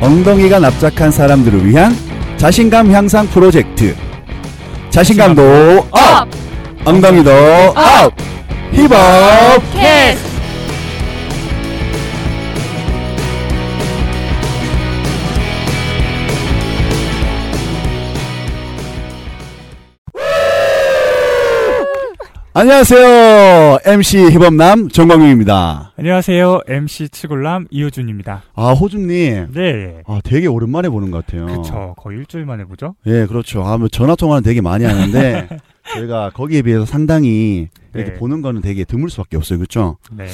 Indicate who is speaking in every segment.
Speaker 1: 엉덩이가 납작한 사람들을 위한 자신감 향상 프로젝트. 자신감도 업! 엉덩이도 업! 힙업!
Speaker 2: 캐스
Speaker 1: 안녕하세요. MC 힙업남 정광윤입니다.
Speaker 3: 안녕하세요. MC 치골람 이효준입니다.
Speaker 1: 아, 호준님.
Speaker 3: 네.
Speaker 1: 아, 되게 오랜만에 보는 것 같아요.
Speaker 3: 그쵸. 거의 일주일 만에 보죠?
Speaker 1: 예, 그렇죠. 아, 뭐 전화통화는 되게 많이 하는데, 저희가 거기에 비해서 상당히 이렇게
Speaker 3: 네.
Speaker 1: 보는 거는 되게 드물 수밖에 없어요. 그렇죠?
Speaker 3: 네.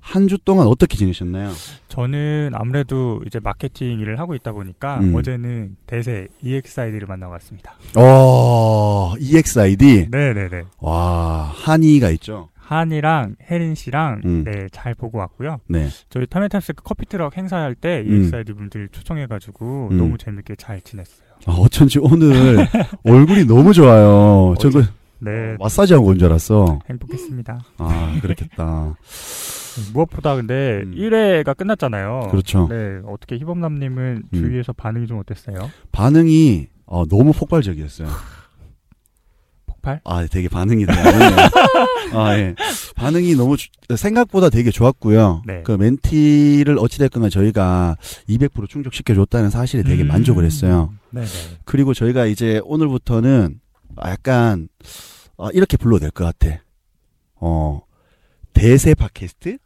Speaker 1: 한 주 동안 어떻게 지내셨나요?
Speaker 3: 저는 아무래도 이제 마케팅 일을 하고 있다 보니까
Speaker 1: 음.
Speaker 3: 어제는 대세 EXID를 만나고 왔습니다.
Speaker 1: 어, EXID.
Speaker 3: 네네네.
Speaker 1: 와, 한이가 있죠.
Speaker 3: 한이랑 혜린 씨랑
Speaker 1: 음.
Speaker 3: 네, 잘 보고 왔고요.
Speaker 1: 네.
Speaker 3: 저희 타멘탑스 그 커피트럭 행사할 때
Speaker 1: 음.
Speaker 3: EXID 분들 초청해가지고
Speaker 1: 음.
Speaker 3: 너무 재밌게 잘 지냈어요.
Speaker 1: 아, 어쩐지 오늘 얼굴이 너무 좋아요.
Speaker 3: 어디-
Speaker 1: 저거
Speaker 3: 네.
Speaker 1: 마사지하고 온 줄 알았어.
Speaker 3: 행복했습니다. 음,
Speaker 1: 아, 그렇겠다.
Speaker 3: 무엇보다 근데
Speaker 1: 음.
Speaker 3: 1회가 끝났잖아요.
Speaker 1: 그렇죠.
Speaker 3: 네. 어떻게 희범남님은
Speaker 1: 음.
Speaker 3: 주위에서 반응이 좀 어땠어요?
Speaker 1: 반응이 어, 너무 폭발적이었어요.
Speaker 3: 폭발?
Speaker 1: 아, 되게 반응이 되게 안 좋네요. 아, 예. 반응이 너무 주- 생각보다 되게 좋았고요.
Speaker 3: 네.
Speaker 1: 그 멘티를 어찌됐거나 저희가 200% 충족시켜줬다는 사실에 되게
Speaker 3: 음.
Speaker 1: 만족을 했어요.
Speaker 3: 네네.
Speaker 1: 그리고 저희가 이제 오늘부터는 약간 아, 이렇게 불러도 될 것 같아. 어, 대세 팟캐스트?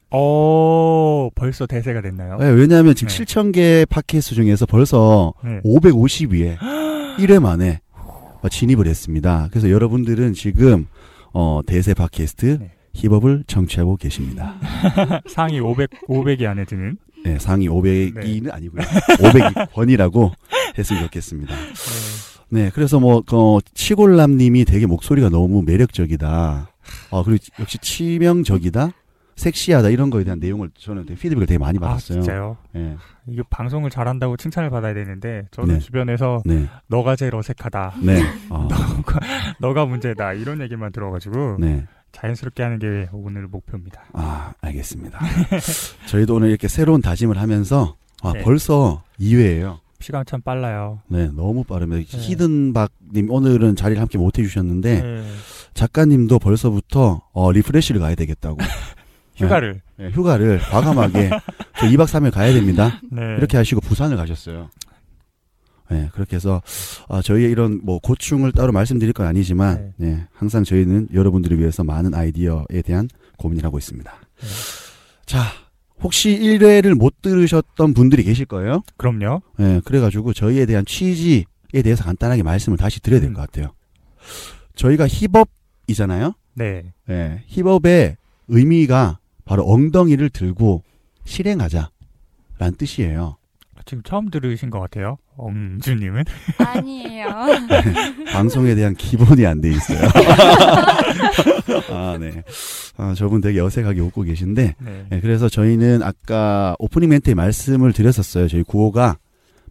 Speaker 3: 어, 벌써 대세가 됐나요?
Speaker 1: 네, 왜냐하면 지금
Speaker 3: 네.
Speaker 1: 7,000개 팟캐스트 중에서 벌써
Speaker 3: 네.
Speaker 1: 550위에 1회 만에 어, 진입을 했습니다. 그래서 여러분들은 지금 어, 대세 팟캐스트
Speaker 3: 네.
Speaker 1: 힙업을 청취하고 계십니다.
Speaker 3: 상위 500, 500이 안에 드는.
Speaker 1: 네, 상위 500위는
Speaker 3: 네.
Speaker 1: 아니고요. 500권이라고 했으면 좋겠습니다. 네, 그래서 뭐, 그, 치골남님이 되게 목소리가 너무 매력적이다. 어, 그리고 역시 치명적이다? 섹시하다 이런 거에 대한 내용을 저는 되게 피드백을 되게 많이
Speaker 3: 아,
Speaker 1: 받았어요.
Speaker 3: 진짜요?
Speaker 1: 예,
Speaker 3: 이거 방송을 잘한다고 칭찬을 받아야 되는데, 저는
Speaker 1: 네.
Speaker 3: 주변에서
Speaker 1: 네,
Speaker 3: 너가 제일 어색하다.
Speaker 1: 네, 어,
Speaker 3: 너가 문제다. 이런 얘기만 들어가지고,
Speaker 1: 네.
Speaker 3: 자연스럽게 하는 게 오늘 목표입니다.
Speaker 1: 아, 알겠습니다. 저희도 오늘 이렇게 새로운 다짐을 하면서, 아,
Speaker 3: 네.
Speaker 1: 벌써 2회예요
Speaker 3: 시간 참 빨라요.
Speaker 1: 네, 너무 빠릅니다. 히든박님 오늘은 자리를 함께 못 해주셨는데,
Speaker 3: 네.
Speaker 1: 작가님도 벌써부터 어, 리프레쉬를 가야 되겠다고
Speaker 3: 휴가를.
Speaker 1: 네, 휴가를 과감하게 저 2박 3일 가야 됩니다
Speaker 3: 네.
Speaker 1: 이렇게 하시고 부산을 가셨어요. 네, 그렇게 해서 아, 저희의 이런 뭐 고충을 따로 말씀드릴 건 아니지만 네, 항상 저희는 여러분들을 위해서 많은 아이디어에 대한 고민을 하고 있습니다.
Speaker 3: 네.
Speaker 1: 자, 혹시 1회를 못 들으셨던 분들이 계실 거예요.
Speaker 3: 그럼요.
Speaker 1: 예, 그래가지고 저희에 대한 취지에 대해서 간단하게 말씀을 다시 드려야
Speaker 3: 음.
Speaker 1: 될 것 같아요. 저희가 힙업이잖아요.
Speaker 3: 네.
Speaker 1: 예, 힙업의 의미가 바로 엉덩이를 들고 실행하자 라는 뜻이에요.
Speaker 3: 지금 처음 들으신 것 같아요. 엄주님은.
Speaker 2: 아니에요.
Speaker 1: 방송에 대한 기본이 안 돼 있어요. 아, 네. 아, 저분 되게 어색하게 웃고 계신데
Speaker 3: 네.
Speaker 1: 예, 그래서 저희는 아까 오프닝 멘트에 말씀을 드렸었어요. 저희 구호가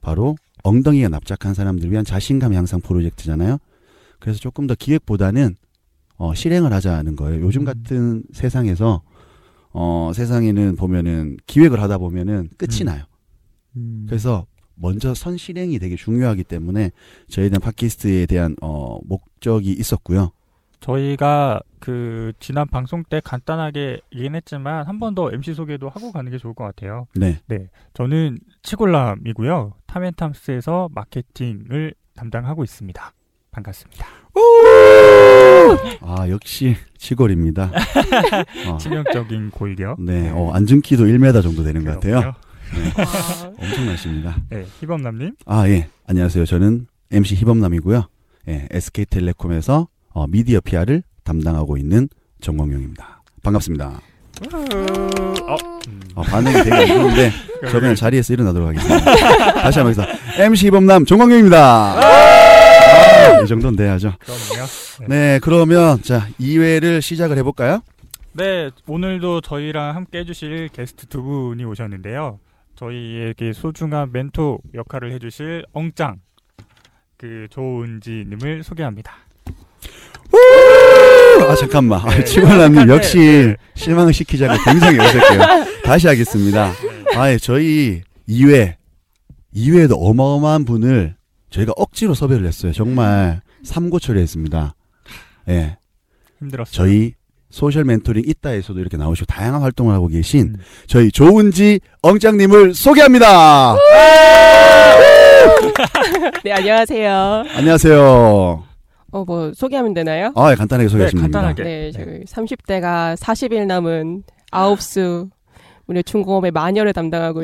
Speaker 1: 바로 엉덩이가 납작한 사람들 위한 자신감 향상 프로젝트잖아요. 그래서 조금 더 기획보다는 어, 실행을 하자는 거예요. 요즘
Speaker 3: 음.
Speaker 1: 같은 세상에서 어, 세상에는 보면은 기획을 하다 보면은 끝이
Speaker 3: 음.
Speaker 1: 나요.
Speaker 3: 음,
Speaker 1: 그래서 먼저 선 실행이 되게 중요하기 때문에 저희는 팟캐스트에 대한 어, 목적이 있었고요.
Speaker 3: 저희가 그 지난 방송 때 간단하게 얘기는 했지만 한 번 더 MC 소개도 하고 가는 게 좋을 것 같아요.
Speaker 1: 네,
Speaker 3: 저는 치골람이고요. 타멘탐스에서 마케팅을 담당하고 있습니다. 반갑습니다.
Speaker 1: 아 역시 치골입니다. 어,
Speaker 3: 치명적인 고의력.
Speaker 1: 네, 어, 앉은키도 1m 정도 되는 네, 것 같아요.
Speaker 3: 그렇군요.
Speaker 1: 엄청나십니다.
Speaker 3: 네, 희범남님.
Speaker 1: 아, 예. 안녕하세요. 저는 MC 희범남이고요. 예, SK텔레콤에서 어, 미디어 PR을 담당하고 있는 정광용입니다. 반갑습니다.
Speaker 3: 어, 음.
Speaker 1: 어, 반응이 되게 안 좋은데 저 그냥 자리에서 일어나도록 하겠습니다. 다시 한번 해서 MC 희범남 정광용입니다. 아, 이 정도는 돼야죠.
Speaker 3: 그럼요.
Speaker 1: 네, 그러면 자 2회를 시작을 해볼까요?
Speaker 3: 네, 오늘도 저희랑 함께 해주실 게스트 두 분이 오셨는데요. 저희에게 소중한 멘토 역할을 해주실 엉짱 그 조은지님을 소개합니다.
Speaker 1: 아 잠깐만, 아,
Speaker 3: 네.
Speaker 1: 치골남님
Speaker 3: 네.
Speaker 1: 역시 실망을 아, 시키자고 굉장히 어색해요. 다시 하겠습니다. 아예 저희 2회 예, 이외에도 어마어마한 분을 저희가 억지로 섭외를 했어요. 정말 삼고 처리했습니다. 예.
Speaker 3: 힘들었어요.
Speaker 1: 저희 소셜 멘토링 이따에서도 이렇게 나오시고 다양한 활동을 하고 계신
Speaker 3: 음.
Speaker 1: 저희 조은지 엉짱님을 소개합니다.
Speaker 4: 네, 안녕하세요.
Speaker 1: 안녕하세요.
Speaker 4: 어, 뭐, 소개하면 되나요?
Speaker 1: 아, 예, 간단하게 소개하시면
Speaker 3: 네, 간단하게.
Speaker 1: 됩니다.
Speaker 4: 네, 저희 30대가 40일 남은 아홉수 무려 중공업의 마녀를 담당하고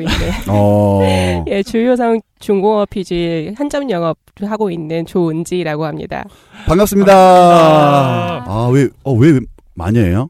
Speaker 4: 있는,
Speaker 1: 어,
Speaker 4: 예, 주요상 중공업 PG 한점 영업 하고 있는 조은지라고 합니다.
Speaker 1: 반갑습니다.
Speaker 3: 반갑습니다.
Speaker 1: 아, 왜, 어, 왜 마녀예요?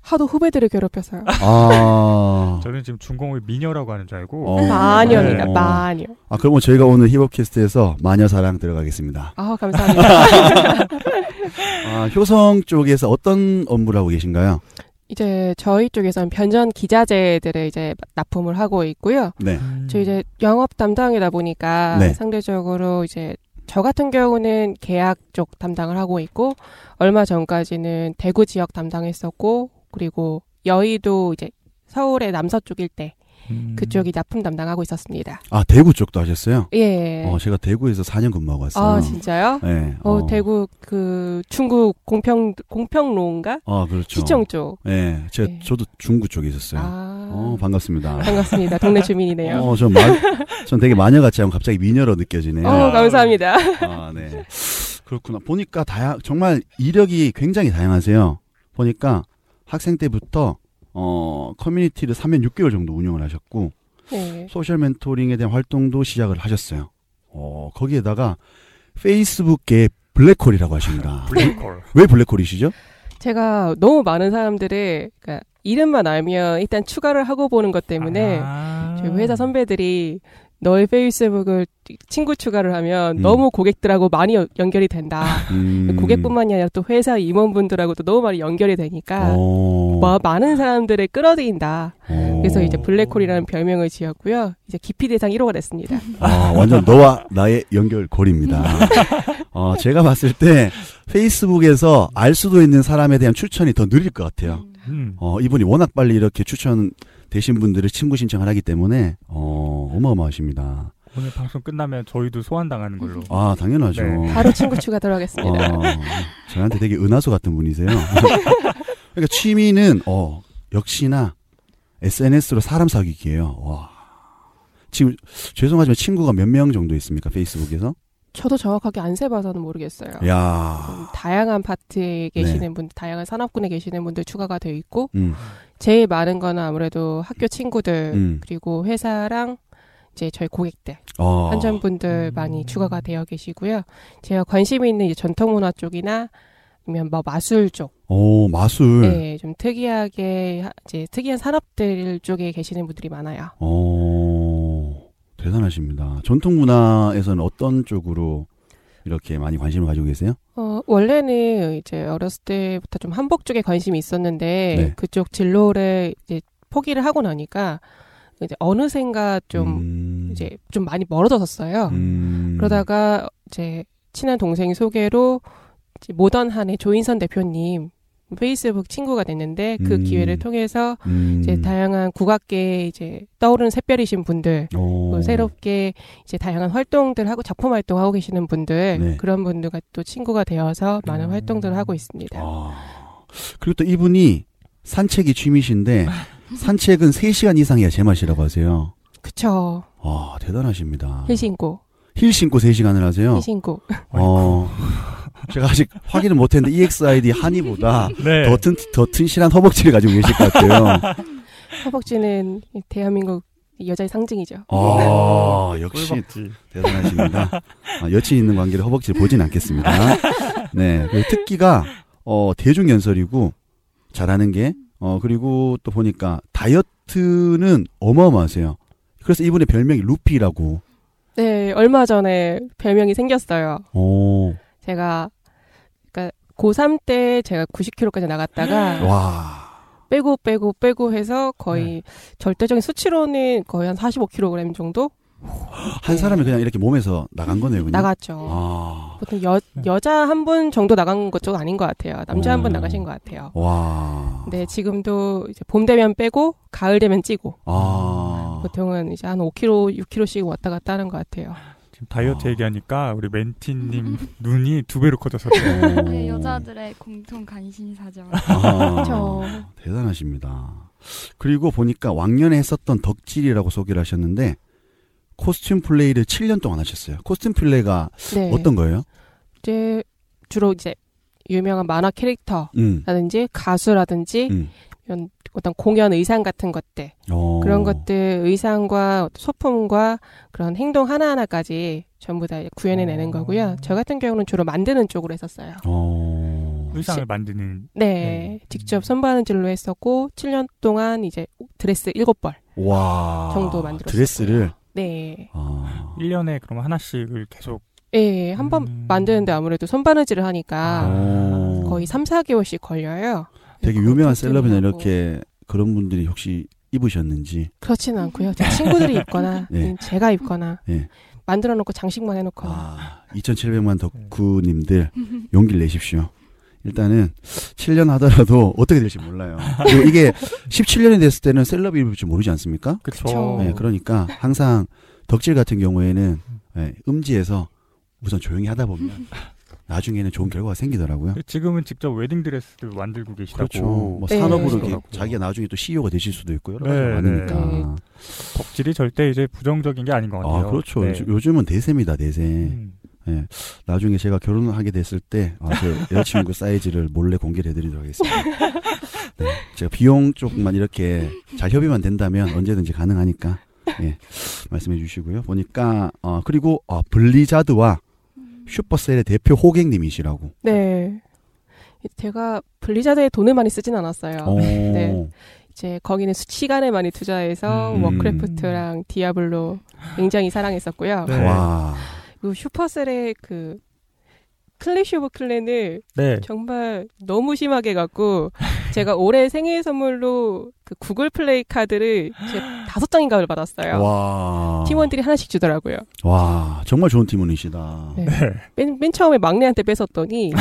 Speaker 4: 하도 후배들을 괴롭혀서요.
Speaker 1: 아,
Speaker 3: 저는 지금 중공업의 미녀라고 하는 줄 알고
Speaker 1: 어.
Speaker 4: 마녀입니다,
Speaker 1: 네.
Speaker 4: 마녀.
Speaker 1: 아, 그럼 뭐 저희가 오늘 힙업캐스트에서 마녀사랑 들어가겠습니다.
Speaker 4: 아, 감사합니다.
Speaker 1: 아, 효성 쪽에서 어떤 업무를 하고 계신가요?
Speaker 4: 이제 저희 쪽에서는 변전 기자재들을 이제 납품을 하고 있고요.
Speaker 1: 네.
Speaker 3: 음.
Speaker 4: 저 이제 영업 담당이다 보니까
Speaker 1: 네.
Speaker 4: 상대적으로 이제 저 같은 경우는 계약 쪽 담당을 하고 있고 얼마 전까지는 대구 지역 담당했었고 그리고 여의도 이제 서울의 남서쪽일 때
Speaker 3: 음.
Speaker 4: 그쪽이 납품 담당하고 있었습니다.
Speaker 1: 아, 대구 쪽도 하셨어요?
Speaker 4: 예.
Speaker 1: 어, 제가 대구에서 4년 근무하고 왔어요.
Speaker 4: 아 진짜요?
Speaker 1: 네.
Speaker 4: 어, 대구 그 중국 공평 공평로인가
Speaker 1: 아, 그렇죠.
Speaker 4: 시청 쪽.
Speaker 1: 예, 제가
Speaker 4: 네.
Speaker 1: 저도 중구 쪽에 있었어요.
Speaker 4: 아
Speaker 1: 어, 반갑습니다.
Speaker 4: 반갑습니다. 동네 주민이네요.
Speaker 1: 어, 전, 마, 전 되게 마녀같이 하면 갑자기 미녀로 느껴지네요.
Speaker 4: 어 감사합니다.
Speaker 1: 아, 네. 그렇구나. 보니까 다양, 정말 이력이 굉장히 다양하세요. 보니까 학생 때부터, 어, 커뮤니티를 3년 6개월 정도 운영을 하셨고,
Speaker 4: 네.
Speaker 1: 소셜 멘토링에 대한 활동도 시작을 하셨어요. 어, 거기에다가 페이스북계 블랙홀이라고 하십니다.
Speaker 3: 블랙홀.
Speaker 1: 왜 블랙홀이시죠?
Speaker 4: 제가 너무 많은 사람들을 그러니까 이름만 알면 일단 추가를 하고 보는 것 때문에
Speaker 3: 아.
Speaker 4: 저희 회사 선배들이 너의 페이스북을 친구 추가를 하면
Speaker 1: 음.
Speaker 4: 너무 고객들하고 많이 연- 연결이 된다.
Speaker 1: 음.
Speaker 4: 고객뿐만이 아니라 또 회사 임원분들하고도 너무 많이 연결이 되니까
Speaker 1: 어.
Speaker 4: 뭐 많은 사람들을 끌어들인다.
Speaker 1: 어.
Speaker 4: 그래서 이제 블랙홀이라는 별명을 지었고요. 이제 기피 대상 1호가 됐습니다.
Speaker 1: 아, 완전 너와 나의 연결고리입니다. 어, 제가 봤을 때 페이스북에서 알 수도 있는 사람에 대한 추천이 더 느릴 것 같아요.
Speaker 3: 음.
Speaker 1: 어, 이분이 워낙 빨리 이렇게 추천되신 분들을 친구 신청을 하기 때문에, 어, 어마어마하십니다.
Speaker 3: 오늘 방송 끝나면 저희도 소환 당하는 걸로.
Speaker 4: 음.
Speaker 1: 아, 당연하죠.
Speaker 3: 네.
Speaker 4: 바로 친구 추가 들어가겠습니다.
Speaker 1: 어, 저한테 되게 은하수 같은 분이세요. 그러니까 취미는, 어, 역시나 SNS로 사람 사귀기예요 와. 지금, 죄송하지만 친구가 몇 명 정도 있습니까? 페이스북에서?
Speaker 4: 저도 정확하게 안 세봐서는 모르겠어요.
Speaker 1: 야 네.
Speaker 4: 음, 다양한 파트에 계시는 분, 다양한 산업군에 계시는 분들 추가가 되어 있고
Speaker 1: 음.
Speaker 4: 제일 많은 거는 아무래도 학교 친구들
Speaker 1: 음.
Speaker 4: 그리고 회사랑 이제 저희 고객들
Speaker 1: 어.
Speaker 4: 한전
Speaker 3: 음.
Speaker 4: 분들 많이 추가가 되어 계시고요. 제가 관심 이 있는 이제 전통 문화 쪽이나 아니면 뭐 마술 쪽,
Speaker 1: 오, 마술.
Speaker 4: 네, 좀 특이하게 하- 이제 특이한 산업들 쪽에 계시는 분들이 많아요.
Speaker 1: 오, 어, 대단하십니다. 전통 문화에서는 어떤 쪽으로 이렇게 많이 관심을 가지고 계세요?
Speaker 4: 어, 원래는 이제 어렸을 때부터 좀 한복 쪽에 관심이 있었는데
Speaker 1: 네.
Speaker 4: 그쪽 진로를 이제 포기를 하고 나니까 이제 어느샌가 좀
Speaker 1: 음,
Speaker 4: 이제 좀 많이 멀어졌었어요.
Speaker 1: 음,
Speaker 4: 그러다가 제 친한 동생 소개로 이제 모던한의 조인선 대표님 페이스북 친구가 됐는데 그
Speaker 1: 음.
Speaker 4: 기회를 통해서
Speaker 1: 음,
Speaker 4: 이제 다양한 국악계에 이제 떠오르는 샛별이신 분들
Speaker 1: 오,
Speaker 4: 또뭐 새롭게 이제 다양한 활동들 하고 작품 활동하고 계시는 분들
Speaker 1: 네.
Speaker 4: 그런 분들과 또 친구가 되어서 많은
Speaker 3: 음.
Speaker 4: 활동들을 하고 있습니다.
Speaker 1: 아, 그리고 또 이분이 산책이 취미신데 산책은 3시간 이상이야 제맛이라고 하세요.
Speaker 4: 그쵸.
Speaker 1: 와, 대단하십니다.
Speaker 4: 희신고,
Speaker 1: 힐 신고 3시간을 하세요?
Speaker 4: 희신고.
Speaker 1: 어, 제가 아직 확인을 못했는데 E EXID 한이보다
Speaker 3: 네.
Speaker 1: 더, 튼, 더 튼실한 허벅지를 가지고 계실 것 같아요.
Speaker 4: 허벅지는 대한민국 여자의 상징이죠.
Speaker 1: 아, 역시
Speaker 3: 꿀벅지.
Speaker 1: 대단하십니다. 아, 여친 있는 관계를 허벅지를 보진 않겠습니다. 네. 그리고 특기가, 어, 대중연설이고, 잘하는 게, 어, 그리고 또 보니까 다이어트는 어마어마하세요. 그래서 이분의 별명이 루피라고.
Speaker 4: 네, 얼마 전에 별명이 생겼어요.
Speaker 1: 오,
Speaker 4: 제가 그러니까 고3 때 제가 90kg까지 나갔다가
Speaker 1: 와. 네.
Speaker 4: 빼고 빼고 빼고 해서 거의 절대적인 수치로는 거의 한 45kg 정도
Speaker 1: 한 사람이 그냥 이렇게 몸에서 나간 거네요, 그냥.
Speaker 4: 나갔죠.
Speaker 1: 음. 아,
Speaker 4: 보통 여, 여자 한 분 정도 나간 것 쪽 아닌 것 같아요. 남자 한
Speaker 1: 음.
Speaker 4: 분 나가신 것 같아요.
Speaker 1: 와.
Speaker 4: 네, 지금도 이제 봄 되면 빼고 가을 되면 찌고
Speaker 1: 아.
Speaker 4: 보통은 이제 한 5kg, 6kg씩 왔다 갔다 하는 것 같아요.
Speaker 3: 지금 다이어트
Speaker 1: 아.
Speaker 3: 얘기하니까 우리 멘티님 눈이 두 배로 커졌어요.
Speaker 1: 음.
Speaker 2: 네, 여자들의 공통 관심사죠.
Speaker 1: 아,
Speaker 4: 저
Speaker 1: 대단하십니다. 그리고 보니까 왕년에 했었던 덕질이라고 소개를 하셨는데 코스튬 플레이를 7년 동안 하셨어요. 코스튬 플레이가
Speaker 4: 네.
Speaker 1: 어떤 거예요?
Speaker 4: 이제 주로 이제 유명한 만화
Speaker 1: 음.
Speaker 4: 캐릭터라든지 가수라든지
Speaker 1: 음.
Speaker 4: 이런 어떤 공연 의상 같은 것들
Speaker 1: 어.
Speaker 4: 그런 것들 의상과 소품과 그런 행동 하나하나까지 전부 다 구현해내는
Speaker 3: 어.
Speaker 4: 거고요. 저 같은 경우는 주로 만드는 쪽으로 했었어요.
Speaker 1: 어.
Speaker 3: 의상을
Speaker 4: 시-
Speaker 3: 만드는
Speaker 4: 네,
Speaker 3: 네.
Speaker 4: 직접 선바느질로 했었고 7년 동안 이제 드레스 7벌
Speaker 1: 와.
Speaker 4: 정도 만들었어요.
Speaker 1: 드레스를.
Speaker 4: 네.
Speaker 1: 아.
Speaker 3: 1년에 그럼 하나씩을 계속
Speaker 4: 예, 한 번
Speaker 3: 음.
Speaker 4: 만드는데 아무래도 선바느질을 하니까
Speaker 1: 어.
Speaker 4: 아, 거의 3, 4개월씩 걸려요.
Speaker 1: 되게 유명한
Speaker 4: 그것도
Speaker 1: 셀럽이나
Speaker 4: 하고.
Speaker 1: 이렇게 그런 분들이 혹시 입으셨는지.
Speaker 4: 그렇지는 않고요. 제 친구들이 입거나
Speaker 1: 음. 예.
Speaker 4: 제가 입거나
Speaker 1: 예.
Speaker 4: 만들어 놓고 장식만 해놓거나
Speaker 1: 아, 2700만 덕후님들 용기를 내십시오. 일단은 7년 하더라도 어떻게 될지 몰라요. 그리고 이게 17년이 됐을 때는 셀럽이 입을 줄 모르지 않습니까?
Speaker 4: 그쵸.
Speaker 3: 그쵸.
Speaker 1: 네, 그러니까 항상 덕질 같은 경우에는 네, 음지에서 우선 조용히 하다 보면 나중에는 좋은 결과가 생기더라고요.
Speaker 3: 지금은 직접 웨딩 드레스를 만들고 계시다고.
Speaker 1: 그렇죠. 뭐
Speaker 4: 네.
Speaker 1: 산업으로 이렇게
Speaker 3: 그러시더라고요.
Speaker 1: 자기가 나중에 또 CEO가 되실 수도 있고 여러 가지
Speaker 3: 네,
Speaker 1: 가 많으니까.
Speaker 4: 네.
Speaker 3: 덕질이 절대 이제 부정적인 게 아닌 것
Speaker 1: 아,
Speaker 3: 같아요.
Speaker 1: 그렇죠.
Speaker 3: 네.
Speaker 1: 요즘- 요즘은 대세입니다, 대세.
Speaker 3: 음.
Speaker 1: 나중에 제가 결혼하게 됐을 때, 아, 제 여자친구 사이즈를 몰래 공개를 해드리도록 하겠습니다. 네, 제가 비용 쪽만 이렇게 잘 협의만 된다면 언제든지 가능하니까, 예, 말씀해 주시고요. 보니까, 어, 그리고, 어, 블리자드와 슈퍼셀의 대표 호객님이시라고.
Speaker 4: 네. 제가 블리자드에 돈을 많이 쓰진 않았어요.
Speaker 1: 어,
Speaker 4: 네. 이제 거기는 수- 시간에 많이 투자해서
Speaker 1: 음.
Speaker 4: 워크래프트랑 디아블로 굉장히 사랑했었고요.
Speaker 3: 네.
Speaker 1: 와,
Speaker 4: 그리고 슈퍼셀의 그 클래시 오브 클랜을
Speaker 3: 네.
Speaker 4: 정말 너무 심하게 갖고 제가 올해 생일 선물로 그 구글 플레이 카드를 제 다섯 장인가를 받았어요.
Speaker 1: 와.
Speaker 4: 네. 팀원들이 하나씩 주더라고요.
Speaker 1: 와, 정말 좋은 팀원이시다. 음,
Speaker 4: 네. 맨, 맨 처음에 막내한테 뺏었더니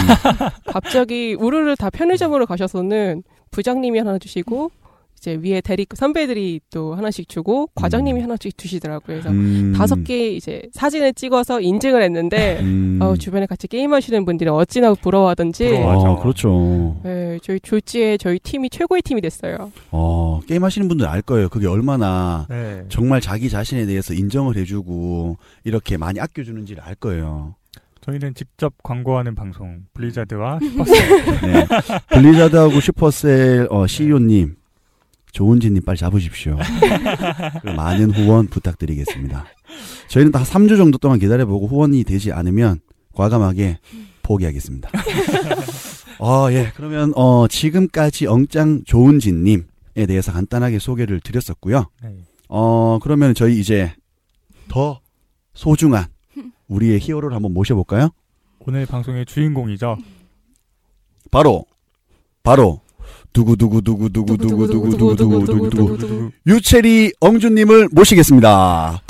Speaker 4: 갑자기 우르르 다 편의점으로 가셔서는 부장님이 하나 주시고 이제 위에 대리 선배들이 또 하나씩 주고 과장님이
Speaker 1: 음.
Speaker 4: 하나씩 주시더라고요. 그래서
Speaker 1: 음,
Speaker 4: 다섯 개 이제 사진을 찍어서 인증을 했는데
Speaker 1: 음.
Speaker 4: 어, 주변에 같이 게임하시는 분들이 어찌나 부러워하던지
Speaker 3: 부러워.
Speaker 1: 어, 그렇죠.
Speaker 4: 예, 저희 졸지에 저희 팀이 최고의 팀이 됐어요.
Speaker 1: 어, 게임 하시는 분들 알 거예요. 그게 얼마나
Speaker 3: 네.
Speaker 1: 정말 자기 자신에 대해서 인정을 해주고 이렇게 많이 아껴주는지를 알 거예요.
Speaker 3: 저희는 직접 광고하는 방송 블리자드와
Speaker 1: 네. 블리자드하고 슈퍼셀 어, CEO님 조은진님 빨리 잡으십시오. 그리고 많은 후원 부탁드리겠습니다. 저희는 다 3주 정도 동안 기다려보고 후원이 되지 않으면 과감하게 포기하겠습니다. 어, 예. 그러면 어, 지금까지 엉짱 조은진님에 대해서 간단하게 소개를 드렸었고요.
Speaker 3: 네.
Speaker 1: 어, 그러면 저희 이제 더 소중한 우리의 히어로를 한번 모셔볼까요?
Speaker 3: 오늘 방송의 주인공이죠.
Speaker 1: 바로, 바로, 두구두구두구두구두구두구두구두구 아.
Speaker 4: 두구두구.
Speaker 1: 유채리 엉주님을 모시겠습니다.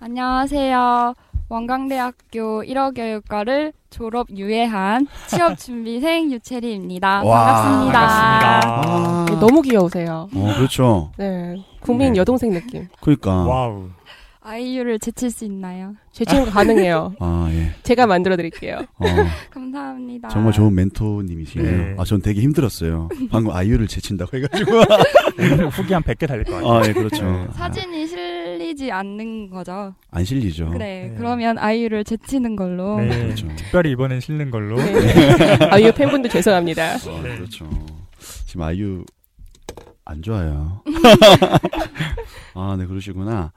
Speaker 2: 안녕하세요. 원광대학교 1어교육과를 졸업 유예한 취업 준비생 유채리입니다.
Speaker 1: 와,
Speaker 2: 반갑습니다.
Speaker 3: 반갑습니다.
Speaker 1: 아,
Speaker 4: 예, 너무 귀여우세요.
Speaker 1: 어, 그렇죠.
Speaker 4: 네, 국민
Speaker 1: 네.
Speaker 4: 여동생 느낌.
Speaker 1: 그러니까.
Speaker 3: 와우.
Speaker 2: 아이유를 제칠 수 있나요?
Speaker 4: 제 친구 가능해요.
Speaker 1: 아, 예.
Speaker 4: 제가 만들어 드릴게요.
Speaker 1: 어,
Speaker 2: 감사합니다.
Speaker 1: 정말 좋은 멘토님이시네요.
Speaker 3: 네.
Speaker 1: 아, 전 되게 힘들었어요. 방금 아이유를 제친다고 해가지고.
Speaker 3: 오늘 후기 한 100개 달릴 것 같아요.
Speaker 1: 아, 예, 그렇죠.
Speaker 3: 네.
Speaker 2: 사진이 실리지 않는 거죠.
Speaker 1: 아, 안 실리죠.
Speaker 2: 그래,
Speaker 3: 네.
Speaker 2: 그러면 아이유를 제치는 걸로.
Speaker 3: 네.
Speaker 1: 그렇죠.
Speaker 3: 특별히 이번엔 실는
Speaker 1: 어?
Speaker 3: 걸로.
Speaker 4: 네. 아유 팬분들 죄송합니다.
Speaker 1: 아,
Speaker 2: 네.
Speaker 1: 그렇죠. 지금 아이유 안 좋아요. 아, 네, 그러시구나.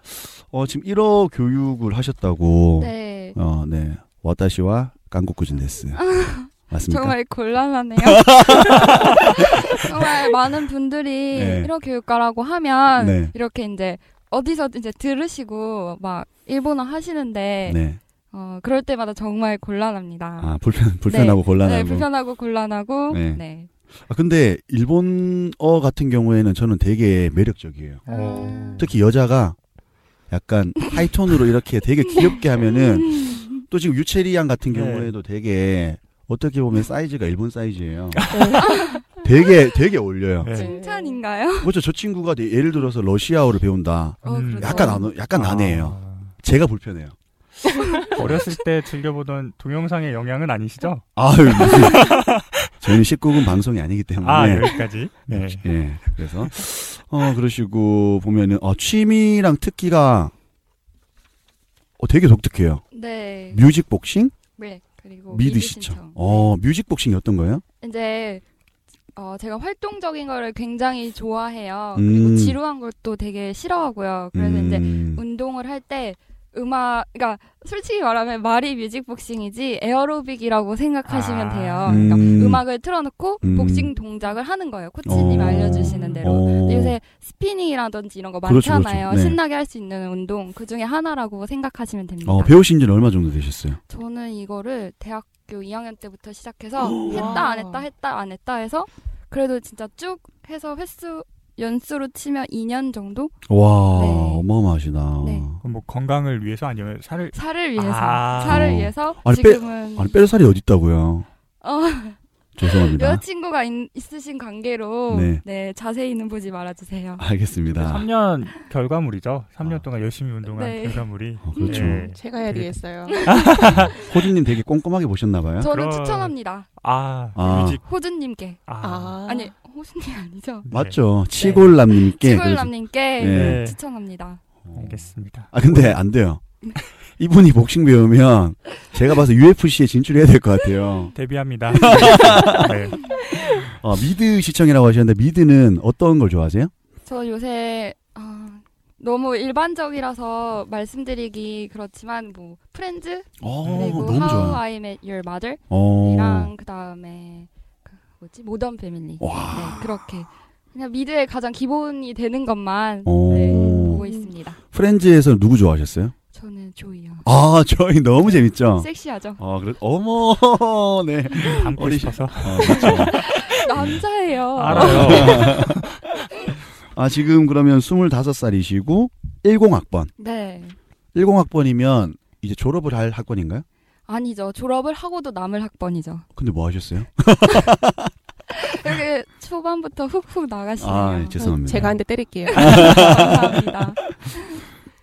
Speaker 1: 어, 지금 1호 교육을 하셨다고.
Speaker 2: 네.
Speaker 1: 어, 네. 와타시와 깐국구진 데스. 맞습니까?
Speaker 2: 정말 곤란하네요. 정말 많은 분들이
Speaker 1: 네.
Speaker 2: 일어 교육과라고 하면
Speaker 1: 네.
Speaker 2: 이렇게 이제 어디서 이제 들으시고 막 일본어 하시는데
Speaker 1: 네.
Speaker 2: 어, 그럴 때마다 정말 곤란합니다.
Speaker 1: 아, 불편, 불편하고 곤란하고.
Speaker 2: 네, 불편하고 곤란하고
Speaker 1: 네.
Speaker 2: 네.
Speaker 1: 아, 근데 일본어 같은 경우에는 저는 되게 매력적이에요.
Speaker 2: 아.
Speaker 3: 어.
Speaker 1: 특히 여자가 약간 하이톤으로 이렇게 되게 귀엽게 하면은 또 지금 유채리 양 같은
Speaker 3: 네.
Speaker 1: 경우에도 되게 어떻게 보면 사이즈가 일본 사이즈예요. 되게 되게 어울려요.
Speaker 3: 네.
Speaker 2: 칭찬인가요?
Speaker 1: 그렇죠. 저 친구가 되- 예를 들어서 러시아어를 배운다.
Speaker 2: 어,
Speaker 3: 음,
Speaker 2: 그렇죠.
Speaker 1: 약간 안 약간 난해해요. 제가 불편해요.
Speaker 3: 아, 어렸을 때 즐겨보던 동영상의 영향은 아니시죠?
Speaker 1: 아유 무슨 저희는 19금 방송이 아니기 때문에
Speaker 3: 아 여기까지. 네.
Speaker 1: 예 그래서 어 그러시고 보면은 어, 취미랑 특기가 어, 되게 독특해요.
Speaker 2: 네.
Speaker 1: 뮤직 복싱,
Speaker 2: 네. 그리고
Speaker 1: 미드
Speaker 2: 미드
Speaker 1: 시청.
Speaker 2: 신청.
Speaker 1: 어 뮤직 복싱이 어떤 거예요?
Speaker 2: 이제 어, 제가 활동적인 거를 굉장히 좋아해요.
Speaker 1: 음.
Speaker 2: 그리고 지루한 것도 되게 싫어하고요. 그래서 이제
Speaker 1: 음,
Speaker 2: 운동을 할 때 음악, 그러니까 솔직히 말하면 말이 뮤직복싱이지 에어로빅이라고 생각하시면
Speaker 3: 아.
Speaker 2: 돼요. 그러니까
Speaker 1: 음.
Speaker 2: 음악을 틀어놓고
Speaker 1: 음.
Speaker 2: 복싱 동작을 하는 거예요. 코치님이
Speaker 1: 어.
Speaker 2: 알려주시는 대로.
Speaker 1: 어.
Speaker 2: 요새 스피닝이라든지 이런 거
Speaker 1: 그렇죠,
Speaker 2: 많잖아요.
Speaker 1: 그렇죠. 네.
Speaker 2: 신나게 할 수 있는 운동 그 중에 하나라고 생각하시면 됩니다.
Speaker 1: 어, 배우신 지는 얼마 정도 되셨어요?
Speaker 2: 저는 이거를 대학교 2학년 때부터 시작해서
Speaker 1: 오.
Speaker 2: 했다 안 했다 했다 안 했다 해서 그래도 진짜 쭉 해서 횟수 연수로 치면 2년 정도
Speaker 1: 와
Speaker 2: 네.
Speaker 1: 어마어마하시다.
Speaker 2: 네.
Speaker 3: 그럼 뭐 건강을 위해서 아니면 살을
Speaker 2: 살을 위해서
Speaker 3: 아.
Speaker 2: 살을
Speaker 1: 어.
Speaker 2: 위해서
Speaker 1: 아니, 빼-
Speaker 2: 지금은
Speaker 1: 아니 뺄 살이 어디 있다고요?
Speaker 2: 어,
Speaker 1: 죄송합니다.
Speaker 2: 여자친구가 있, 있으신 관계로
Speaker 1: 네.
Speaker 2: 네. 자세히는 보지 말아주세요.
Speaker 1: 알겠습니다.
Speaker 3: 네. 3년 결과물이죠. 3년
Speaker 1: 네. 아.
Speaker 3: 동안 열심히 운동한
Speaker 2: 네.
Speaker 3: 결과물이.
Speaker 1: 어, 그렇죠.
Speaker 3: 예.
Speaker 4: 제가 해리했어요.
Speaker 1: 호진님 되게 꼼꼼하게 보셨나봐요.
Speaker 2: 저는
Speaker 3: 그럼-
Speaker 2: 추천합니다.
Speaker 3: 아,
Speaker 1: 아.
Speaker 3: 뮤직.
Speaker 2: 호준님께
Speaker 3: 아.
Speaker 4: 아,
Speaker 2: 아. 니 호준님 아니죠?
Speaker 3: 네.
Speaker 1: 맞죠. 치골남님께.
Speaker 2: 치골남님께 네.
Speaker 1: 그래서-
Speaker 3: 네.
Speaker 2: 추천합니다.
Speaker 1: 그래서-
Speaker 3: 알겠습니다.
Speaker 1: 아 근데 안 돼요. 이분이 복싱 배우면 제가 봐서 UFC에 진출해야 될 것 같아요.
Speaker 3: 데뷔합니다. 네.
Speaker 1: 어, 미드 시청이라고 하셨는데 미드는 어떤 걸 좋아하세요?
Speaker 2: 저 요새 아, 너무 일반적이라서 말씀드리기 그렇지만 뭐 프렌즈
Speaker 1: 어,
Speaker 2: 그리고 How I Met Your 뭐 Mother이랑
Speaker 1: 어,
Speaker 2: 그다음에 그 뭐지 모던 패밀리 네
Speaker 1: 와.
Speaker 2: 그렇게 그냥 미드의 가장 기본이 되는 것만
Speaker 1: 오.
Speaker 2: 네, 보고 있습니다.
Speaker 1: 어. 프렌즈에서 누구 좋아하셨어요?
Speaker 2: 저는 조이요.
Speaker 1: 아 저희 너무 재밌죠.
Speaker 2: 섹시하죠.
Speaker 1: 아 그래 어머 네.
Speaker 3: 담고
Speaker 1: 어리-
Speaker 3: 싶어서.
Speaker 1: 아, 맞죠.
Speaker 2: 남자예요.
Speaker 3: 알아요.
Speaker 1: 아 지금 그러면 25살이시고 10학번.
Speaker 2: 네.
Speaker 1: 10학번이면 이제 졸업을 할 학번인가요?
Speaker 2: 아니죠. 졸업을 하고도 남을 학번이죠.
Speaker 1: 근데 뭐 하셨어요?
Speaker 2: 이렇게 초반부터 훅훅 나가시네요.
Speaker 1: 아 죄송합니다.
Speaker 4: 제가 한 대 때릴게요.
Speaker 2: 감사합니다.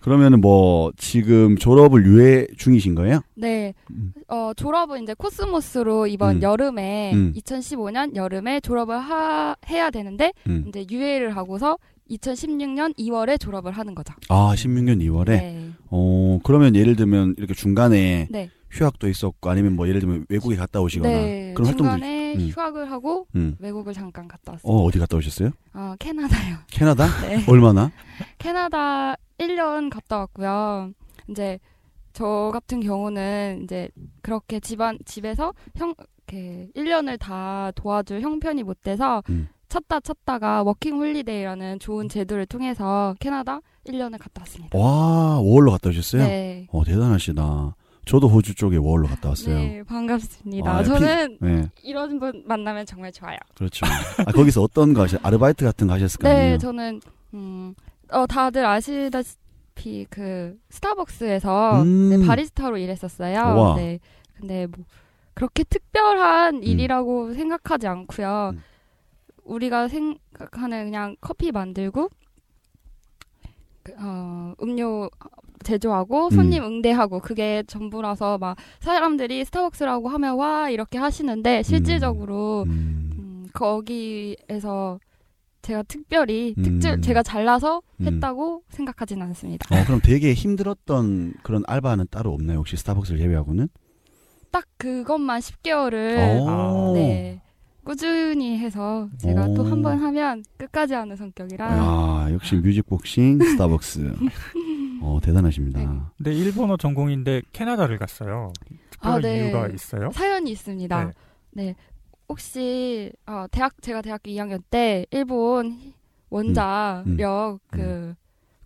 Speaker 1: 그러면은 뭐 지금 졸업을 유예 중이신 거예요?
Speaker 2: 네.
Speaker 1: 음.
Speaker 2: 어, 졸업은 이제 코스모스로 이번
Speaker 1: 음.
Speaker 2: 여름에
Speaker 1: 음.
Speaker 2: 2015년 여름에 졸업을 하, 해야 되는데
Speaker 1: 음.
Speaker 2: 이제 유예를 하고서 2016년 2월에 졸업을 하는 거죠.
Speaker 1: 아 16년 2월에.
Speaker 2: 네.
Speaker 1: 어 그러면 예를 들면 이렇게 중간에
Speaker 2: 네.
Speaker 1: 휴학도 있었고 아니면 뭐 예를 들면 외국에 갔다 오시거나
Speaker 2: 네.
Speaker 1: 그런 활동도. 있-
Speaker 2: 중간에
Speaker 1: 있- 음.
Speaker 2: 휴학을 하고
Speaker 1: 음.
Speaker 2: 외국을 잠깐 갔다 왔어요.
Speaker 1: 어 어디 갔다 오셨어요?
Speaker 2: 아, 캐나다요.
Speaker 1: 캐나다?
Speaker 2: 네.
Speaker 1: 얼마나?
Speaker 2: 캐나다 1년 갔다 왔고요. 이제 저 같은 경우는 이제 그렇게 집안 집에서 형 이렇게 1년을 다 도와줄 형편이 못 돼서
Speaker 1: 음.
Speaker 2: 찾다 찾다가 워킹 홀리데이라는 좋은 제도를 통해서 캐나다 1년을 갔다 왔습니다.
Speaker 1: 와 월로 갔다 오셨어요?
Speaker 2: 네.
Speaker 1: 어 대단하시다. 저도 호주 쪽에 월로 갔다 왔어요.
Speaker 2: 네, 반갑습니다.
Speaker 1: 아, 피-
Speaker 2: 저는
Speaker 1: 네,
Speaker 2: 이런 분 만나면 정말 좋아요.
Speaker 1: 그렇죠. 아, 거기서 어떤 거 하셨? 아르바이트 같은 거 하셨을 거 아니에요?
Speaker 2: 네, 저는 음, 어 다들 아시다시피 그 스타벅스에서
Speaker 1: 음.
Speaker 2: 네, 바리스타로 일했었어요.
Speaker 1: 와.
Speaker 2: 네. 근데 뭐 그렇게 특별한 일이라고 생각하지 않고요.
Speaker 1: 음.
Speaker 2: 우리가 생각하는 그냥 커피 만들고 그, 어, 음료
Speaker 1: 음.
Speaker 2: 제조하고 손님 응대하고 그게 전부라서 막 사람들이 스타벅스라고 하면 와 이렇게 하시는데 실질적으로
Speaker 1: 음,
Speaker 2: 음, 거기에서 제가 특별히
Speaker 1: 음.
Speaker 2: 특질 제가 잘나서
Speaker 1: 음.
Speaker 2: 했다고 생각하진 않습니다.
Speaker 1: 어, 그럼 되게 힘들었던 그런 알바는 따로 없나요? 혹시 스타벅스를 제외하고는?
Speaker 2: 딱 그것만 10개월을
Speaker 1: 어.
Speaker 2: 네, 꾸준히 해서 제가
Speaker 1: 오.
Speaker 2: 또 한 번 하면 끝까지 하는 성격이라 아,
Speaker 1: 야, 역시 뮤직복싱 스타벅스. 어, 대단하십니다.
Speaker 2: 네.
Speaker 3: 근데 일본어 전공인데 캐나다를 갔어요. 특별한
Speaker 2: 아, 네.
Speaker 3: 이유가 있어요?
Speaker 2: 사연이 있습니다.
Speaker 3: 네.
Speaker 2: 네. 혹시 어, 대학 제가 대학교 2학년 때 일본
Speaker 1: 음.
Speaker 2: 원자력 그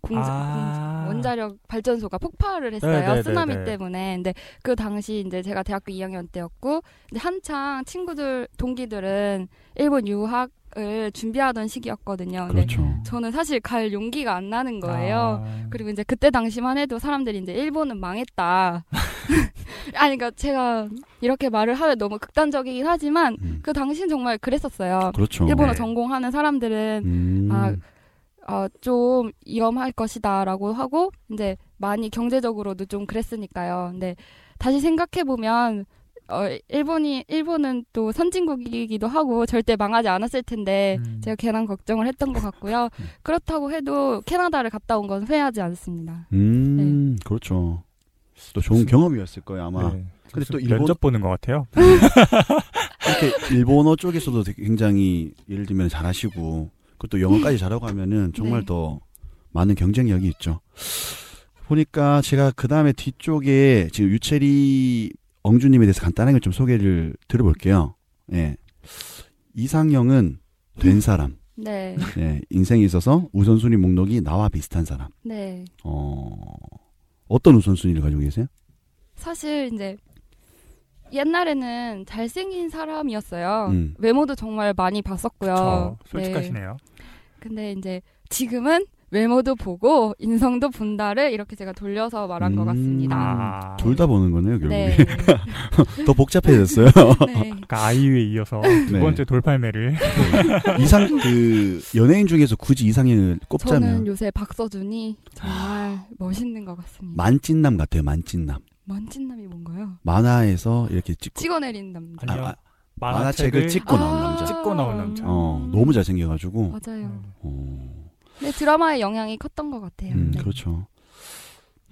Speaker 2: 공자, 공자
Speaker 3: 아.
Speaker 2: 원자력 발전소가 폭발을 했어요
Speaker 3: 네, 네, 네,
Speaker 2: 쓰나미
Speaker 3: 네.
Speaker 2: 때문에 근데 그 당시 이제 제가 대학교 2학년 때였고 이제 한창 친구들 동기들은 일본 유학을 준비하던 시기였거든요 근데
Speaker 1: 그렇죠.
Speaker 2: 저는 사실 갈 용기가 안 나는 거예요
Speaker 3: 아.
Speaker 2: 그리고 이제 그때 당시만 해도 사람들이 이제 일본은 망했다 아니 그러니까 제가 이렇게 말을 하면 너무 극단적이긴 하지만
Speaker 1: 음.
Speaker 2: 그 당시엔 정말 그랬었어요.
Speaker 1: 그렇죠.
Speaker 2: 일본어
Speaker 3: 네.
Speaker 2: 전공하는 사람들은
Speaker 1: 음.
Speaker 2: 아, 어, 좀 위험할 것이다라고 하고 이제 많이 경제적으로도 좀 그랬으니까요. 근데 다시 생각해 보면 어, 일본이 일본은 또 선진국이기도 하고 절대 망하지 않았을 텐데
Speaker 3: 음. 네.
Speaker 2: 제가 괜한 걱정을 했던 것 같고요. 그렇다고 해도 캐나다를 갔다 온 건 후회하지 않습니다.
Speaker 1: 음, 그렇죠. 또 좋은
Speaker 3: 무슨-
Speaker 1: 경험이었을 거예요 아마.
Speaker 3: 네.
Speaker 1: 근데 또
Speaker 3: 무슨
Speaker 1: 일본-
Speaker 3: 면접 보는 것 같아요.
Speaker 1: 이렇게 일본어 쪽에서도 되게 굉장히 예를 들면 잘하시고 그것도 영어까지 잘하고 하면은 정말
Speaker 2: 네.
Speaker 1: 더 많은 경쟁력이 있죠. 보니까 제가 그 다음에 뒤쪽에 지금 유채리 엉주님에 대해서 간단하게 좀 소개를 들어볼게요. 예. 이상형은 된 사람.
Speaker 2: 네,
Speaker 1: 예. 인생에 있어서 우선순위 목록이 나와 비슷한 사람.
Speaker 2: 네.
Speaker 1: 어, 어떤 우선순위를 가지고 계세요?
Speaker 2: 사실 이제 옛날에는 잘생긴 사람이었어요.
Speaker 1: 음.
Speaker 2: 외모도 정말 많이 봤었고요.
Speaker 3: 저
Speaker 2: 네.
Speaker 3: 솔직하시네요.
Speaker 2: 근데 이제 지금은 외모도 보고 인성도 본다를 이렇게 제가 돌려서 말한 것
Speaker 1: 음.
Speaker 2: 같습니다.
Speaker 3: 아,
Speaker 1: 둘 다 보는 거네요, 결국에.
Speaker 2: 네.
Speaker 1: 더 복잡해졌어요.
Speaker 2: 네.
Speaker 3: 그러니까 아이유에 이어서 두
Speaker 1: 네.
Speaker 3: 번째 돌팔매를
Speaker 1: 이상 그 연예인 중에서 굳이 이상형을 꼽자면
Speaker 2: 저는 요새 박서준이 정말 멋있는 것 같습니다.
Speaker 1: 만찢남 같아요. 만찢남.
Speaker 2: 만찢남이 뭔가요?
Speaker 1: 만화에서 이렇게 찍고
Speaker 2: 찍어내린 남자. 아.
Speaker 3: 아니요.
Speaker 1: 아, 아, 만화책을 찍고 나온 남자.
Speaker 3: 찍고 나온 남자. 네.
Speaker 1: 어, 너무 잘생겨가지고.
Speaker 2: 맞아요.
Speaker 1: 어,
Speaker 2: 근데 드라마의 영향이 컸던 것 같아요.
Speaker 1: 음,
Speaker 2: 네.
Speaker 1: 그렇죠.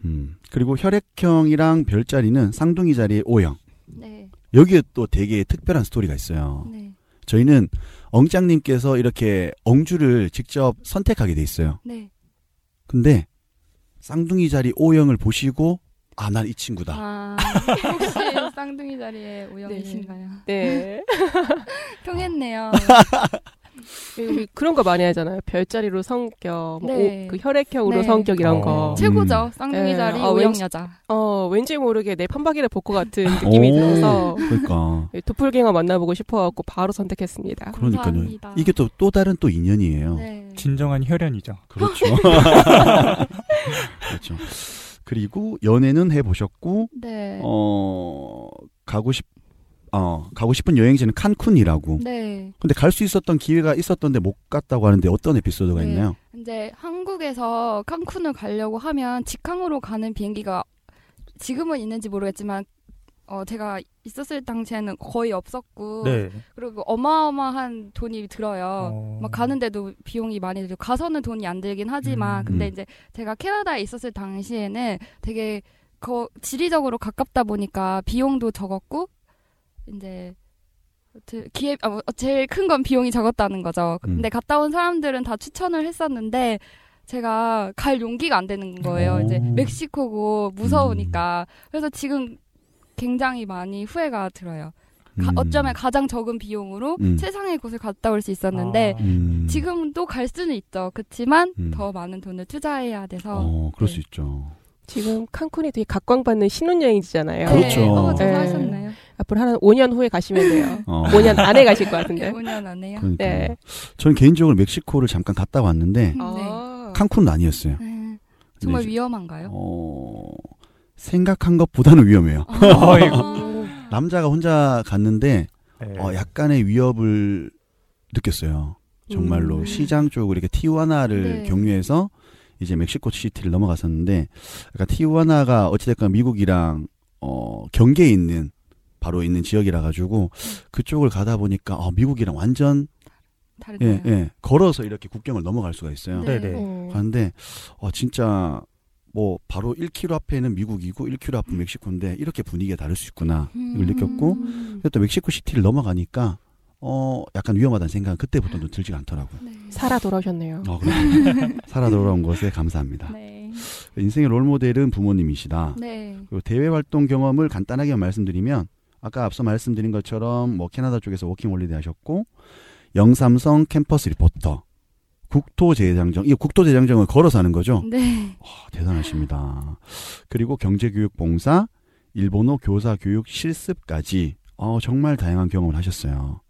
Speaker 1: 음, 그리고 혈액형이랑 별자리는 쌍둥이 자리의 O형.
Speaker 2: 네.
Speaker 1: 여기에 또 되게 특별한 스토리가 있어요.
Speaker 2: 네.
Speaker 1: 저희는 엉짱님께서 이렇게 엉주를 직접 선택하게 돼 있어요.
Speaker 2: 네.
Speaker 1: 근데 쌍둥이 자리 O형을 보시고 아, 난 이 친구다.
Speaker 2: 아, 혹시 쌍둥이 자리에 오영이신가요?
Speaker 4: 네.
Speaker 2: 통했네요.
Speaker 1: 음.
Speaker 4: 우리 그런 거 많이 하잖아요. 별자리로 성격, 뭐
Speaker 2: 네.
Speaker 4: 오- 그 혈액형으로
Speaker 2: 네.
Speaker 4: 성격 이런
Speaker 3: 어.
Speaker 4: 거.
Speaker 2: 최고죠. 쌍둥이
Speaker 4: 네.
Speaker 2: 자리
Speaker 4: 아,
Speaker 2: 오영
Speaker 4: 왠지-
Speaker 2: 여자.
Speaker 4: 어, 왠지 모르게 내 판박이를 볼 것 같은 느낌이
Speaker 1: 아. 오.
Speaker 4: 들어서
Speaker 1: 그러니까.
Speaker 4: 도플갱어 만나보고 싶어갖고 바로 선택했습니다.
Speaker 1: 그러니까요.
Speaker 2: 감사합니다.
Speaker 1: 이게 또 또 다른 또 인연이에요.
Speaker 2: 네.
Speaker 3: 진정한 혈연이죠.
Speaker 1: 그렇죠. 그렇죠. 그리고 연애는 해 보셨고
Speaker 2: 네.
Speaker 1: 어 가고 싶어 가고 싶은 여행지는 칸쿤이라고.
Speaker 2: 네.
Speaker 1: 근데 갈 수 있었던 기회가 있었던데 못 갔다고 하는데 어떤 에피소드가
Speaker 2: 네.
Speaker 1: 있나요?
Speaker 2: 이제 한국에서 칸쿤을 가려고 하면 직항으로 가는 비행기가 지금은 있는지 모르겠지만 어 제가 있었을 당시에는 거의 없었고
Speaker 3: 네.
Speaker 2: 그리고 어마어마한 돈이 어, 들어요.
Speaker 3: 어.
Speaker 2: 막 가는데도 비용이 많이 들고 가서는 돈이 안 들긴 하지만
Speaker 3: 음.
Speaker 2: 근데
Speaker 1: 음.
Speaker 2: 이제 제가 캐나다에 있었을 당시에는 되게 거, 지리적으로 가깝다 보니까 비용도 적었고 이제 드- 기회 아, 뭐, 제일 큰 건 비용이 적었다는 거죠. 근데 갔다 온 사람들은 다 추천을 했었는데 제가 갈 용기가 안 되는 거예요.
Speaker 1: 오.
Speaker 2: 이제 멕시코고 무서우니까 그래서 지금 굉장히 많이 후회가 들어요. 가-
Speaker 1: 음.
Speaker 2: 어쩌면 가장 적은 비용으로
Speaker 1: 음.
Speaker 2: 세상의 곳을 갔다 올 수 있었는데
Speaker 3: 아.
Speaker 1: 음.
Speaker 2: 지금도 갈 수는 있죠. 그렇지만
Speaker 1: 음.
Speaker 2: 더 많은 돈을 투자해야 돼서
Speaker 1: 어, 그럴
Speaker 2: 네.
Speaker 1: 수 있죠.
Speaker 4: 지금 칸쿤이 되게 각광받는 신혼여행지잖아요.
Speaker 1: 그렇죠.
Speaker 2: 네. 어,
Speaker 1: 네.
Speaker 2: 잘하셨네요.
Speaker 4: 앞으로 한 5년 후에 가시면 돼요.
Speaker 1: 어.
Speaker 4: 5년 안에 가실 것 같은데.
Speaker 2: 5년 안에요.
Speaker 1: 그러니까.
Speaker 4: 네.
Speaker 1: 저는 개인적으로 멕시코를 잠깐 갔다 왔는데
Speaker 2: 네.
Speaker 4: 아.
Speaker 1: 칸쿤은 아니었어요.
Speaker 2: 네.
Speaker 1: 근데
Speaker 2: 정말
Speaker 1: 이제-
Speaker 2: 위험한가요?
Speaker 1: 어, 생각한 것보다는 위험해요.
Speaker 2: 아.
Speaker 1: 예,
Speaker 3: 어이구.
Speaker 1: 남자가 혼자 갔는데
Speaker 3: 네.
Speaker 1: 어, 약간의 위협을 느꼈어요. 정말로
Speaker 4: 음.
Speaker 1: 시장 쪽으로 이렇게 티우아나를
Speaker 2: 네.
Speaker 1: 경유해서 이제 멕시코 시티를 넘어갔었는데 약간 티우아나가 어찌됐건 미국이랑 어, 경계에 있는 바로 있는 지역이라 가지고 그쪽을 가다 보니까 어, 미국이랑 완전
Speaker 2: 다르네요.
Speaker 1: 예, 예, 걸어서 이렇게 국경을 넘어갈 수가 있어요.
Speaker 3: 네,
Speaker 2: 네.
Speaker 3: 네.
Speaker 4: 어.
Speaker 1: 갔는데 어, 진짜 뭐 바로 1km 앞에는 미국이고 1km 앞은 멕시코인데 이렇게 분위기가 다를 수 있구나 이걸 느꼈고
Speaker 2: 음.
Speaker 1: 그래서 또 멕시코 시티를 넘어가니까 어 약간 위험하다는 생각은 그때부터는 들지가 않더라고요.
Speaker 2: 네.
Speaker 4: 살아 돌아오셨네요.
Speaker 1: 어, 그렇군요. 살아 돌아온 것에 감사합니다.
Speaker 2: 네.
Speaker 1: 인생의 롤모델은 부모님이시다.
Speaker 2: 네.
Speaker 1: 그리고 대외 활동 경험을 간단하게 말씀드리면 아까 앞서 말씀드린 것처럼 뭐 캐나다 쪽에서 워킹 홀리데이 하셨고 영삼성 캠퍼스 리포터 국토재장정 이 국토재장정을 걸어서 하는 거죠.
Speaker 2: 네.
Speaker 1: 아, 대단하십니다. 그리고 경제교육 봉사, 일본어 교사 교육 실습까지 어, 정말 다양한 경험을 하셨어요.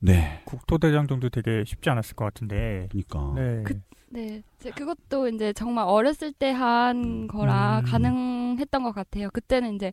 Speaker 1: 네.
Speaker 3: 국토대장정도 되게 쉽지 않았을 것 같은데.
Speaker 1: 그러니까.
Speaker 3: 네.
Speaker 2: 그- 네, 이제 그것도 이제 정말 어렸을 때 한 거라
Speaker 3: 음.
Speaker 2: 가능했던 것 같아요. 그때는 이제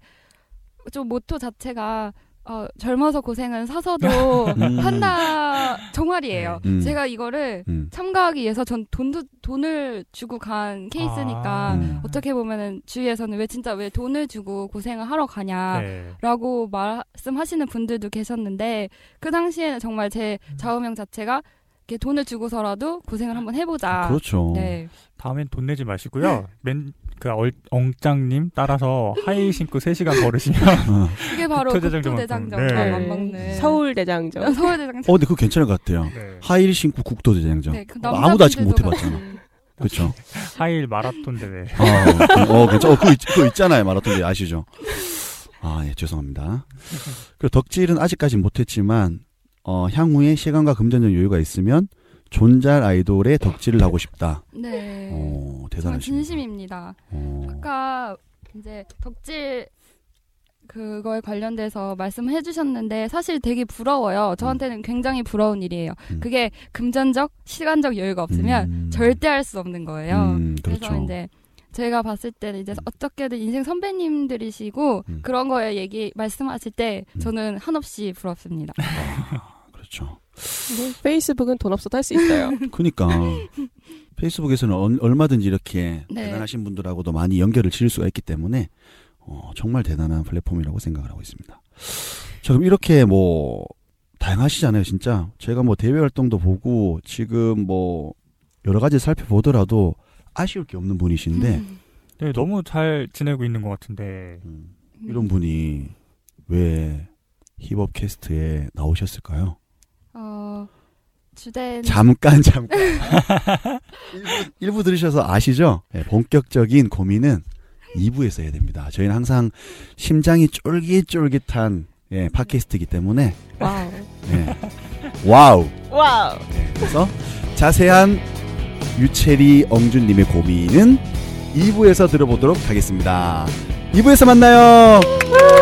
Speaker 2: 좀 모토 자체가 어, 젊어서 고생은 사서도
Speaker 1: 음.
Speaker 2: 한다 종아리예요.
Speaker 1: 음.
Speaker 2: 제가 이거를
Speaker 1: 음.
Speaker 2: 참가하기 위해서 전 돈도 돈을 주고 간 케이스니까
Speaker 1: 아. 음.
Speaker 2: 어떻게 보면은 주위에서는 왜 진짜 왜 돈을 주고 고생을 하러 가냐
Speaker 3: 네.
Speaker 2: 라고 말씀하시는 분들도 계셨는데 그 당시에는 정말 제
Speaker 1: 음.
Speaker 2: 좌우명 자체가 이렇게 돈을 주고서라도 고생을 한번 해보자.
Speaker 1: 그렇죠.
Speaker 2: 네.
Speaker 3: 다음엔 돈 내지 마시고요. 맨, 그 얼, 엉짱님 따라서 하이 신고 3시간 걸으시면
Speaker 1: 어.
Speaker 2: 그게 바로
Speaker 3: 국토대장정
Speaker 2: 국토대장정
Speaker 3: 만큼. 네.
Speaker 2: 안 먹는 네,
Speaker 4: 서울 대장정.
Speaker 2: 서울대장정.
Speaker 1: 어, 근데 그거 괜찮을 것 같아요.
Speaker 3: 네.
Speaker 1: 하이힐 신고 국도대장정.
Speaker 2: 네, 그
Speaker 1: 어, 아무도 아직
Speaker 2: 남자분들도
Speaker 1: 못 해봤잖아.
Speaker 2: 같이.
Speaker 1: 그렇죠.
Speaker 3: 하일 마라톤 대회.
Speaker 1: 아, 어, 그렇죠. 어, 그거, 있, 그거 있잖아요. 마라톤 아시죠? 아, 예, 죄송합니다. 그 덕질은 아직까지 못했지만, 어, 향후에 시간과 금전적 여유가 있으면 존잘 아이돌의 덕질을 하고 싶다.
Speaker 2: 네.
Speaker 1: 어,
Speaker 2: 정말
Speaker 1: 대단하십니다.
Speaker 2: 진심입니다.
Speaker 1: 어,
Speaker 2: 아까 이제 덕질 그거에 관련돼서 말씀해 주셨는데 사실 되게 부러워요. 저한테는 굉장히 부러운 일이에요.
Speaker 1: 음.
Speaker 2: 그게 금전적, 시간적 여유가 없으면
Speaker 1: 음,
Speaker 2: 절대 할 수 없는 거예요.
Speaker 1: 음, 그렇죠.
Speaker 2: 그래서 이제 제가 봤을 때는 이제 어떻게든 인생 선배님들이시고
Speaker 1: 음.
Speaker 2: 그런 거에 얘기 말씀하실 때
Speaker 1: 음.
Speaker 2: 저는 한없이 부럽습니다.
Speaker 1: 그렇죠.
Speaker 4: 뭐 페이스북은 돈 없어도 할 수 있어요.
Speaker 1: 그니까. 그러니까 페이스북에서는 얼- 얼마든지 이렇게
Speaker 2: 네.
Speaker 1: 대단하신 분들하고도 많이 연결을 지을 수가 있기 때문에 어, 정말 대단한 플랫폼이라고 생각을 하고 있습니다. 자, 그럼 이렇게 뭐 다양하시잖아요, 진짜. 제가 뭐 대외 활동도 보고 지금 뭐 여러 가지 살펴보더라도 아쉬울 게 없는 분이신데
Speaker 2: 음.
Speaker 3: 네, 너무 잘 지내고 있는 것 같은데.
Speaker 1: 음, 이런 분이 왜 힙업 캐스트에 나오셨을까요?
Speaker 2: 어, 주된
Speaker 1: 잠깐 잠깐 일부, 일부 들으셔서 아시죠? 네, 본격적인 고민은 2부에서 해야 됩니다. 저희는 항상 심장이 쫄깃쫄깃한 예, 팟캐스트이기 때문에
Speaker 4: 와우.
Speaker 1: 예, 와우
Speaker 4: 와우.
Speaker 1: 예, 그래서 자세한 유채리 엉준님의 고민은 2부에서 들어보도록 하겠습니다. 2부에서 만나요.